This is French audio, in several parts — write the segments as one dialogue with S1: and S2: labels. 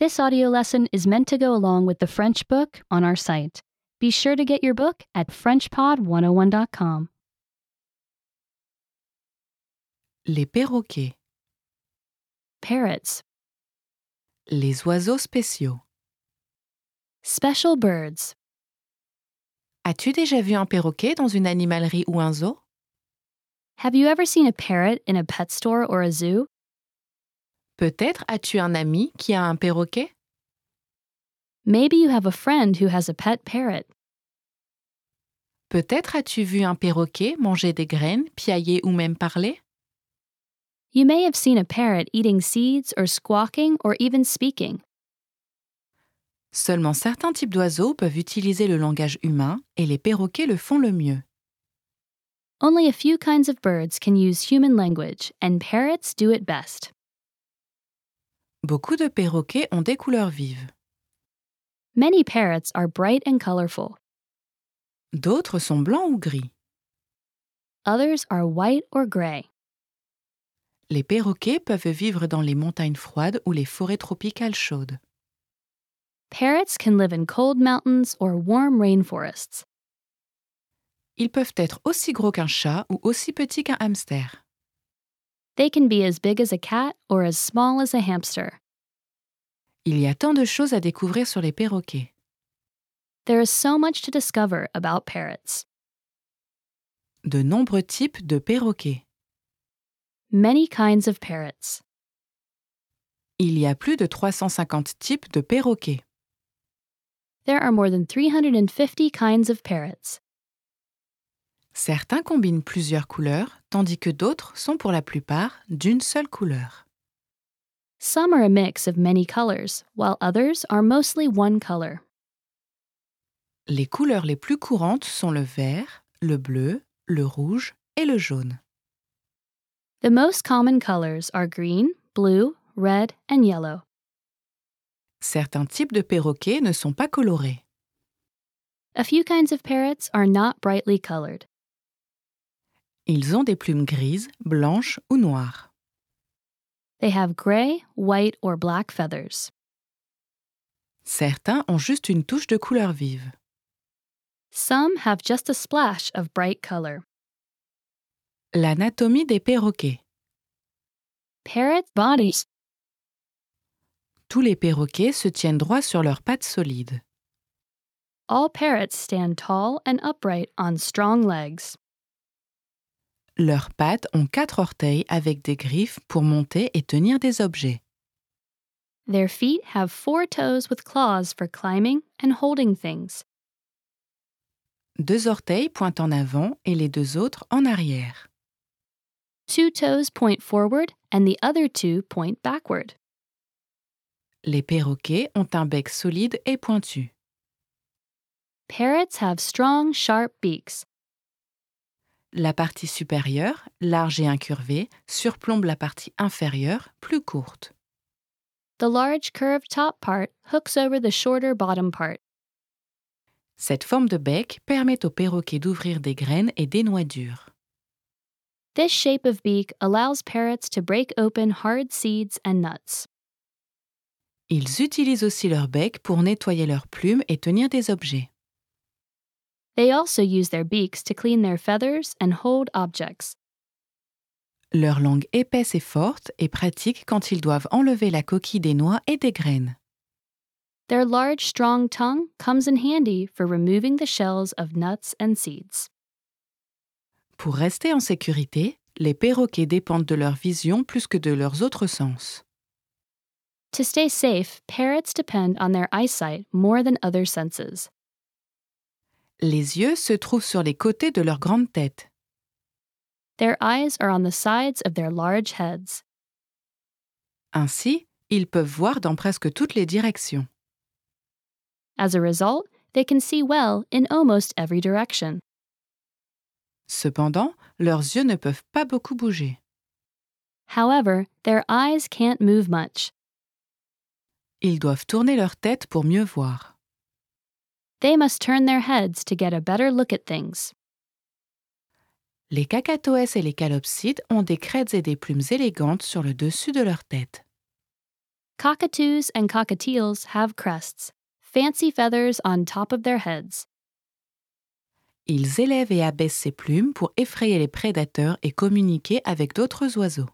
S1: This audio lesson is meant to go along with the French book on our site. Be sure to get your book at FrenchPod101.com.
S2: Les perroquets,
S1: Parrots,
S2: les oiseaux spéciaux.
S1: special birds.
S2: As-tu déjà vu un perroquet dans une animalerie ou un zoo
S1: Have you ever seen a parrot in a pet store or a zoo?
S2: Peut-être as-tu un ami qui a un perroquet
S1: Maybe you have a friend who has a pet parrot.
S2: Peut-être as-tu vu un perroquet manger des graines, piailler ou même parler
S1: You may have seen a parrot eating seeds or squawking or even speaking.
S2: Seulement certains types d'oiseaux peuvent utiliser le langage humain et les perroquets le font le mieux.
S1: Only a few kinds of birds can use human language, and parrots do it best.
S2: Beaucoup de perroquets ont des couleurs vives.
S1: Many parrots are bright and colorful,
S2: D'autres sont blancs ou gris.
S1: others are white or gray.
S2: Les perroquets peuvent vivre dans les montagnes froides ou les forêts tropicales chaudes.
S1: Parrots can live in cold mountains or warm rainforests.
S2: Ils peuvent être aussi gros qu'un chat ou aussi petits qu'un hamster.
S1: They can be as big as a cat or as small as a hamster.
S2: Il y a tant de choses à découvrir sur les perroquets.
S1: There is so much to discover about parrots.
S2: De nombreux types de perroquets.
S1: Many kinds of parrots.
S2: Il y a plus de 350 types de perroquets.
S1: There are more than 350 kinds of parrots.
S2: Certains combinent plusieurs couleurs, tandis que d'autres sont pour la plupart d'une seule couleur.
S1: Some are a mix of many colors, while others are mostly one color.
S2: Les couleurs les plus courantes sont le vert, le bleu, le rouge et le jaune.
S1: The most common colors are green, blue, red, and yellow.
S2: Certains types de perroquets ne sont pas colorés.
S1: A few kinds of parrots are not brightly colored.
S2: Ils ont des plumes grises, blanches ou noires.
S1: They have gray, white, or black feathers.
S2: Certains ont juste une touche de couleur vive.
S1: Some have just a splash of bright color.
S2: L'anatomie des perroquets.
S1: Parrot bodies.
S2: Tous les perroquets se tiennent droits sur leurs pattes solides.
S1: All parrots stand tall and upright on strong legs.
S2: Leurs pattes ont quatre orteils avec des griffes pour monter et tenir des objets.
S1: Their feet have four toes with claws for climbing and holding things.
S2: Deux orteils pointent en avant et les deux autres en arrière.
S1: Two toes point forward and the other two point backward.
S2: Les perroquets ont un bec solide et pointu.
S1: Parrots have strong, sharp beaks.
S2: La partie supérieure, large et incurvée, surplombe la partie inférieure, plus courte.
S1: The large curved top part hooks over the shorter bottom part.
S2: Cette forme de bec permet aux perroquets d'ouvrir des graines et des noix dures.
S1: This shape of beak allows parrots to break open hard seeds and nuts.
S2: Ils utilisent aussi leur bec pour nettoyer leurs plumes et tenir des objets.
S1: They also use their beaks to clean their feathers and hold objects.
S2: Leur langue épaisse et forte est pratique quand ils doivent enlever la coquille des noix et des graines.
S1: Their large, strong tongue comes in handy for removing the shells of nuts and seeds.
S2: Pour rester en sécurité, les perroquets dépendent de leur vision plus que de leurs autres sens.
S1: To stay safe, parrots depend on their eyesight more than other senses.
S2: Les yeux se trouvent sur les côtés de leur grande tête.
S1: Their eyes are on the sides of their large heads.
S2: Ainsi, ils peuvent voir dans presque toutes les directions.
S1: As a result, they can see well in almost every direction.
S2: Cependant, leurs yeux ne peuvent pas beaucoup bouger.
S1: However, their eyes can't move much.
S2: Ils doivent tourner leur tête pour mieux voir.
S1: They must turn their heads to get a better look at things.
S2: Les cacatoès et les calopsites ont des crêtes et des plumes élégantes sur le dessus de leur tête.
S1: Cockatoos and cockatiels have crests, fancy feathers on top of their heads.
S2: Ils élèvent et abaissent ses plumes pour effrayer les prédateurs et communiquer avec d'autres oiseaux.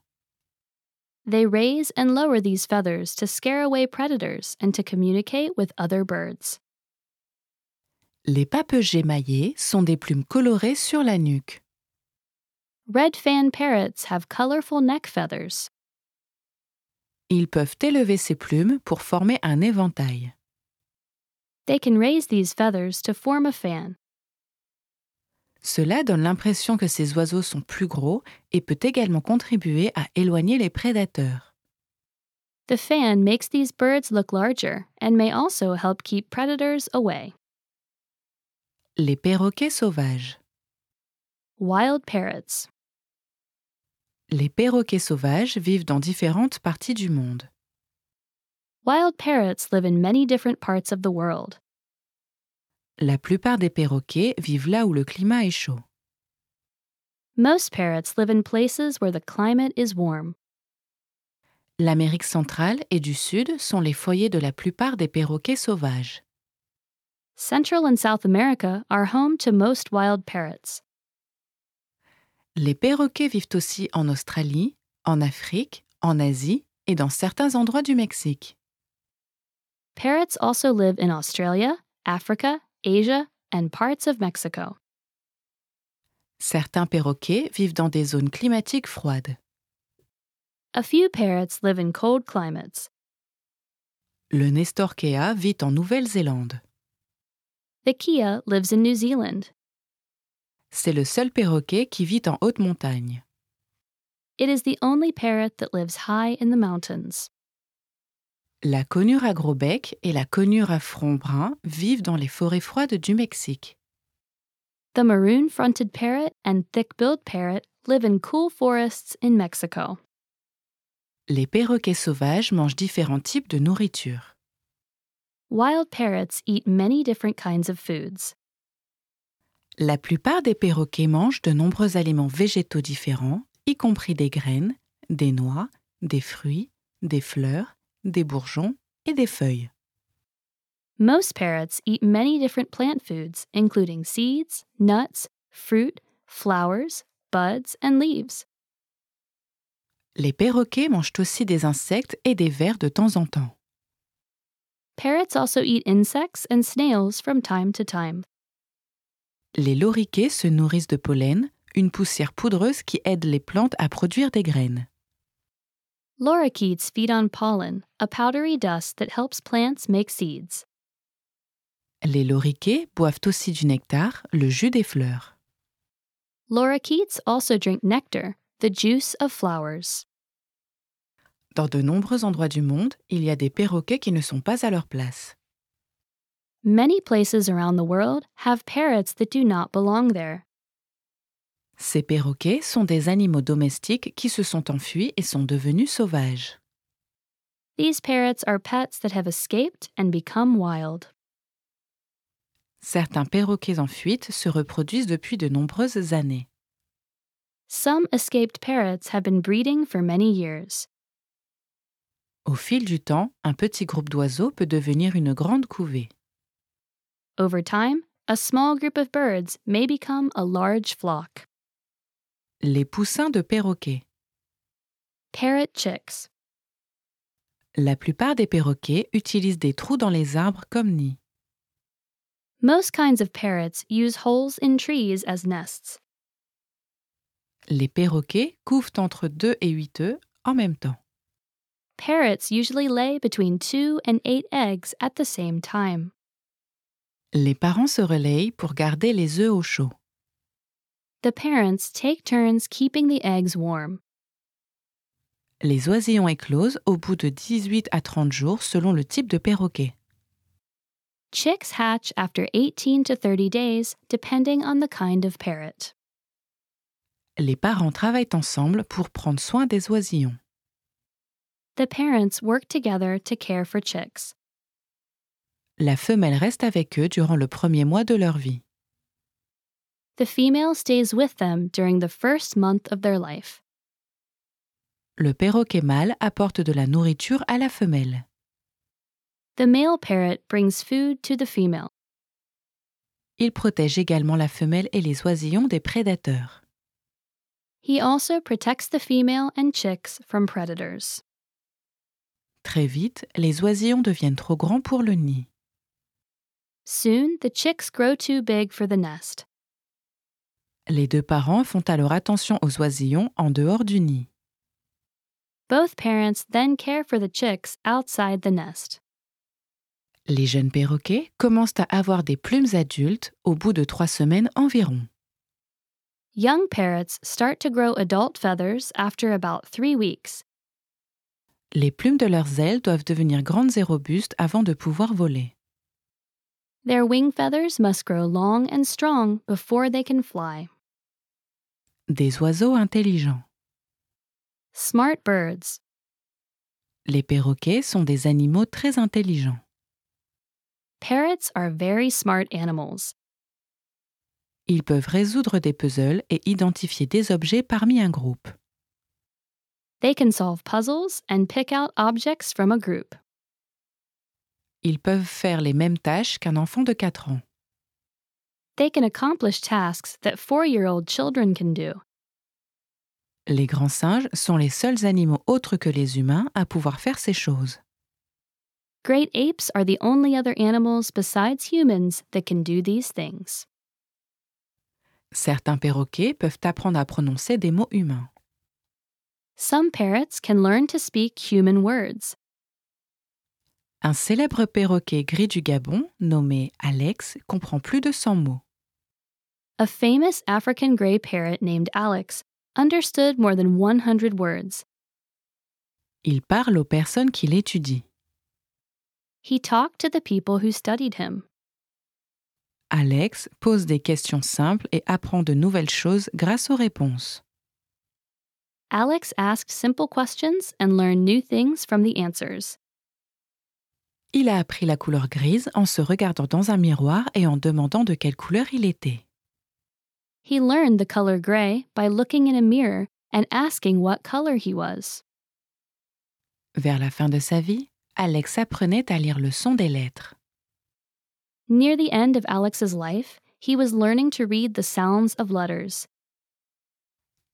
S1: They raise and lower these feathers to scare away predators and to communicate with other birds.
S2: Les papegés maillés sont des plumes colorées sur la nuque.
S1: Red fan parrots have colorful neck feathers.
S2: Ils peuvent élever ces plumes pour former un éventail.
S1: They can raise these feathers to form a fan.
S2: Cela donne l'impression que ces oiseaux sont plus gros et peut également contribuer à éloigner les prédateurs.
S1: The fan makes these birds look larger and may also help keep predators away.
S2: Les perroquets sauvages.
S1: Wild parrots.
S2: Les perroquets sauvages vivent dans différentes parties du monde.
S1: Wild parrots live in many different parts of the world.
S2: La plupart des perroquets vivent là où le climat est chaud.
S1: Most parrots live in places where the climate is warm.
S2: L'Amérique centrale et du Sud sont les foyers de la plupart des perroquets sauvages.
S1: Central and South America are home to most wild parrots.
S2: Les perroquets vivent aussi en Australie, en Afrique, en Asie et dans certains endroits du Mexique.
S1: Parrots also live in Australia, Africa, Asia, and parts of Mexico.
S2: Certains perroquets vivent dans des zones climatiques froides.
S1: A few parrots live in cold climates.
S2: Le Nestorkea vit en Nouvelle-Zélande.
S1: The Kia lives in New Zealand.
S2: C'est le seul perroquet qui vit en haute montagne.
S1: It is the only parrot that lives high in the mountains.
S2: La conure à gros bec et la conure à front brun vivent dans les forêts froides du Mexique.
S1: The maroon fronted parrot and thick billed parrot live in cool forests in Mexico.
S2: Les perroquets sauvages mangent différents types de nourriture.
S1: Wild parrots eat many different kinds of foods.
S2: La plupart des perroquets mangent de nombreux aliments végétaux différents, y compris des graines, des noix, des fruits, des fleurs, des bourgeons et des feuilles.
S1: Most parrots eat many different plant foods, including seeds, nuts, fruit, flowers, buds, and leaves.
S2: Les perroquets mangent aussi des insectes et des vers de temps en temps.
S1: Parrots also eat insects and snails from time to time.
S2: Les loriquets se nourrissent de pollen, une poussière poudreuse qui aide les plantes à produire des graines.
S1: Lorikeets feed on pollen, a powdery dust that helps plants make seeds.
S2: Les loriquets boivent aussi du nectar, le jus des fleurs.
S1: Lorikeets also drink nectar, the juice of flowers.
S2: Dans de nombreux endroits du monde, il y a des perroquets qui ne sont pas à leur place.
S1: Many places around the world have parrots that do not belong there.
S2: Ces perroquets sont des animaux domestiques qui se sont enfuis et sont devenus sauvages.
S1: These parrots are pets that have escaped and become wild.
S2: Certains perroquets en fuite se reproduisent depuis de nombreuses années.
S1: Some escaped parrots have been breeding for many years.
S2: Au fil du temps, un petit groupe d'oiseaux peut devenir une grande couvée.
S1: Over time, a small group of birds may become a large flock.
S2: Les poussins de perroquets.
S1: Parrot chicks.
S2: La plupart des perroquets utilisent des trous dans les arbres comme nids.
S1: Most kinds of parrots use holes in trees as nests.
S2: Les perroquets couvent entre 2 et 8 œufs en même temps.
S1: Parrots usually lay between two and eight eggs at the same time.
S2: Les parents se relayent pour garder les œufs au chaud.
S1: The parents take turns keeping the eggs warm.
S2: Les oisillons éclosent au bout de 18 à 30 jours selon le type de perroquet.
S1: Chicks hatch after 18 to 30 days, depending on the kind of parrot.
S2: Les parents travaillent ensemble pour prendre soin des oisillons.
S1: The parents work together to care for chicks.
S2: La femelle reste avec eux durant le premier mois de leur vie.
S1: The female stays with them during the first month of their life.
S2: Le perroquet mâle apporte de la nourriture à la femelle.
S1: The male parrot brings food to the female.
S2: Il protège également la femelle et les oisillons des prédateurs.
S1: He also protects the female and chicks from predators.
S2: Très vite, les oisillons deviennent trop grands pour le nid.
S1: Soon, the chicks grow too big for the nest.
S2: Les deux parents font alors attention aux oisillons en dehors du nid.
S1: Both parents then care for the chicks outside the nest.
S2: Les jeunes perroquets commencent à avoir des plumes adultes au bout de trois semaines environ.
S1: Young parrots start to grow adult feathers after about three weeks.
S2: Les plumes de leurs ailes doivent devenir grandes et robustes avant de pouvoir voler.
S1: Their wing feathers must grow long and strong before they can fly.
S2: Des oiseaux intelligents.
S1: Smart birds.
S2: Les perroquets sont des animaux très intelligents.
S1: Parrots are very smart animals.
S2: Ils peuvent résoudre des puzzles et identifier des objets parmi un groupe.
S1: They can solve puzzles and pick out objects from a group.
S2: Ils peuvent faire les mêmes tâches qu'un enfant de 4 ans.
S1: They can accomplish tasks that four year old children can do.
S2: Les grands singes sont les seuls animaux autres que les humains à pouvoir faire ces choses.
S1: Great apes are the only other animals besides humans that can do these things.
S2: Certains perroquets peuvent apprendre à prononcer des mots humains.
S1: Some parrots can learn to speak human words.
S2: Un célèbre perroquet gris du Gabon, nommé Alex, comprend plus de 100 mots.
S1: A famous African gray parrot named Alex understood more than 100 words.
S2: Il parle aux personnes qui l'étudient.
S1: He talked to the people who studied him.
S2: Alex pose des questions simples et apprend de nouvelles choses grâce aux réponses.
S1: Alex asked simple questions and learned new things from the answers.
S2: Il a appris la couleur grise en se regardant dans un miroir et en demandant de quelle couleur il était.
S1: He learned the color gray by looking in a mirror and asking what color he was.
S2: Vers la fin de sa vie, Alex apprenait à lire le son des lettres.
S1: Near the end of Alex's life, he was learning to read the sounds of letters.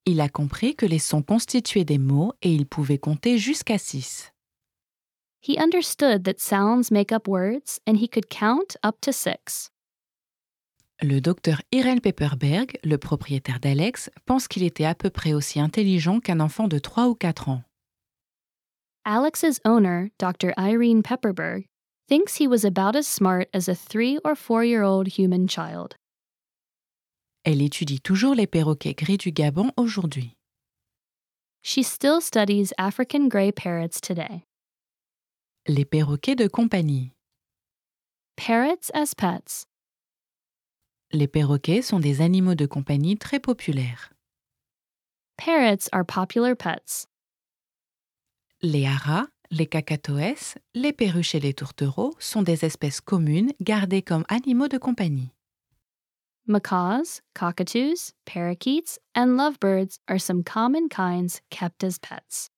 S2: Il a compris que les sons constituaient des mots et il pouvait compter jusqu'à 6.
S1: He understood that sounds make up words and he could count up to six.
S2: Le docteur Irel Pepperberg, le propriétaire d'Alex, pense qu'il était à peu près aussi intelligent qu'un enfant de 3 ou 4 ans.
S1: Alex's owner, Dr. Irene Pepperberg, thinks he was about as smart as a three or four year old human child.
S2: Elle étudie toujours les perroquets gris du Gabon aujourd'hui.
S1: She still studies African gray parrots today.
S2: Les perroquets de compagnie.
S1: Parrots as pets.
S2: Les perroquets sont des animaux de compagnie très populaires.
S1: Parrots are popular pets.
S2: Les haras, les cacatoès, les perruches et les tourtereaux sont des espèces communes gardées comme animaux de compagnie.
S1: Macaws, cockatoos, parakeets, and lovebirds are some common kinds kept as pets.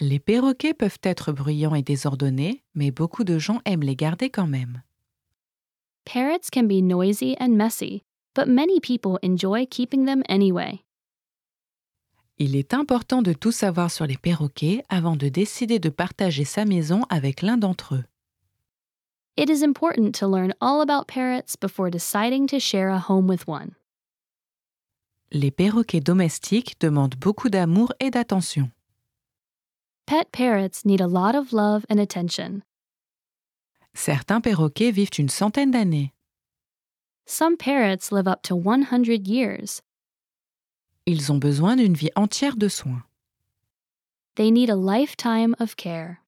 S2: Les perroquets peuvent être bruyants et désordonnés, mais beaucoup de gens aiment les garder quand même.
S1: Parrots can be noisy and messy, but many people enjoy keeping them anyway.
S2: Il est important de tout savoir sur les perroquets avant de décider de partager sa maison avec l'un d'entre eux.
S1: It is important to learn all about parrots before deciding to share a home with one.
S2: Les perroquets domestiques demandent beaucoup d'amour et d'attention.
S1: Pet parrots need a lot of love and attention.
S2: Certains perroquets vivent une centaine d'années.
S1: Some parrots live up to 100 years.
S2: Ils ont besoin d'une vie entière de soins.
S1: They need a lifetime of care.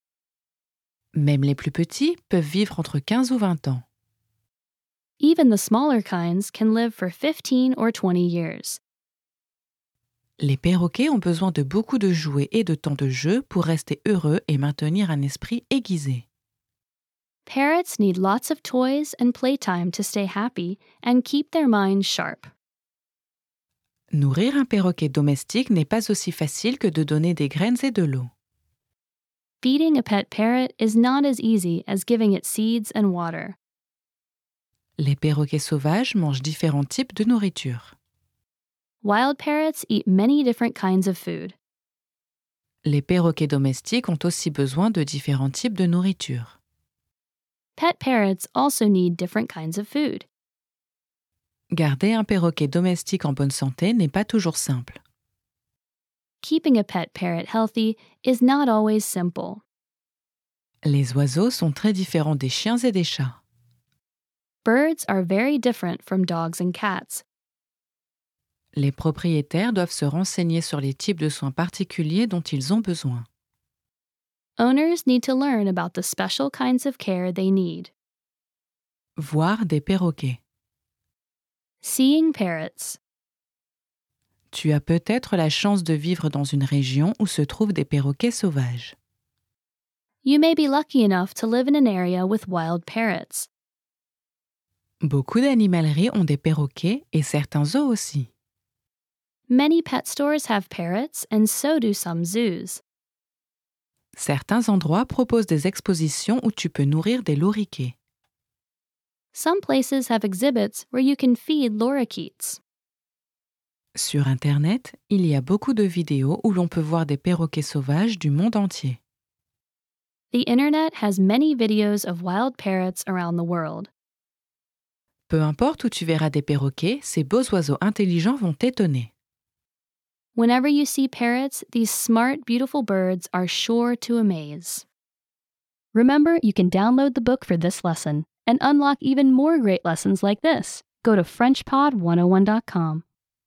S2: Même les plus petits peuvent vivre entre 15 ou 20 ans.
S1: Even the smaller kinds can live for 15 or 20 years.
S2: Les perroquets ont besoin de beaucoup de jouets et de temps de jeu pour rester heureux et maintenir un esprit aiguisé.
S1: Parrots need lots of toys and playtime to stay happy and keep their minds sharp.
S2: Nourrir un perroquet domestique n'est pas aussi facile que de donner des graines et de l'eau.
S1: Feeding a pet parrot is not as easy as giving it seeds and water.
S2: Les perroquets sauvages mangent différents types de nourriture.
S1: Wild parrots eat many different kinds of food.
S2: Les perroquets domestiques ont aussi besoin de différents types de nourriture.
S1: Pet parrots also need different kinds of food.
S2: Garder un perroquet domestique en bonne santé n'est pas toujours simple.
S1: Keeping a pet parrot healthy is not always simple.
S2: Les oiseaux sont très différents des chiens et des chats.
S1: Birds are very different from dogs and cats.
S2: Les propriétaires doivent se renseigner sur les types de soins particuliers dont ils ont besoin.
S1: Owners need to learn about the special kinds of care they need.
S2: Voir des perroquets.
S1: Seeing parrots.
S2: Tu as peut-être la chance de vivre dans une région où se trouvent des perroquets sauvages.
S1: You may be lucky enough to live in an area with wild parrots.
S2: Beaucoup d'animaleries ont des perroquets et certains zoos aussi.
S1: Many pet stores have parrots, and so do some zoos.
S2: Certains endroits proposent des expositions où tu peux nourrir des loriquets.
S1: Some places have exhibits where you can feed lorikeets.
S2: Sur Internet, il y a beaucoup de vidéos où l'on peut voir des perroquets sauvages du monde entier.
S1: The internet has many videos of wild parrots around the world.
S2: Peu importe où tu verras des perroquets, ces beaux oiseaux intelligents vont t'étonner.
S1: Whenever you see parrots, these smart, beautiful birds are sure to amaze. Remember, you can download the book for this oh lesson and unlock even more great lessons like this. Go to FrenchPod101.com.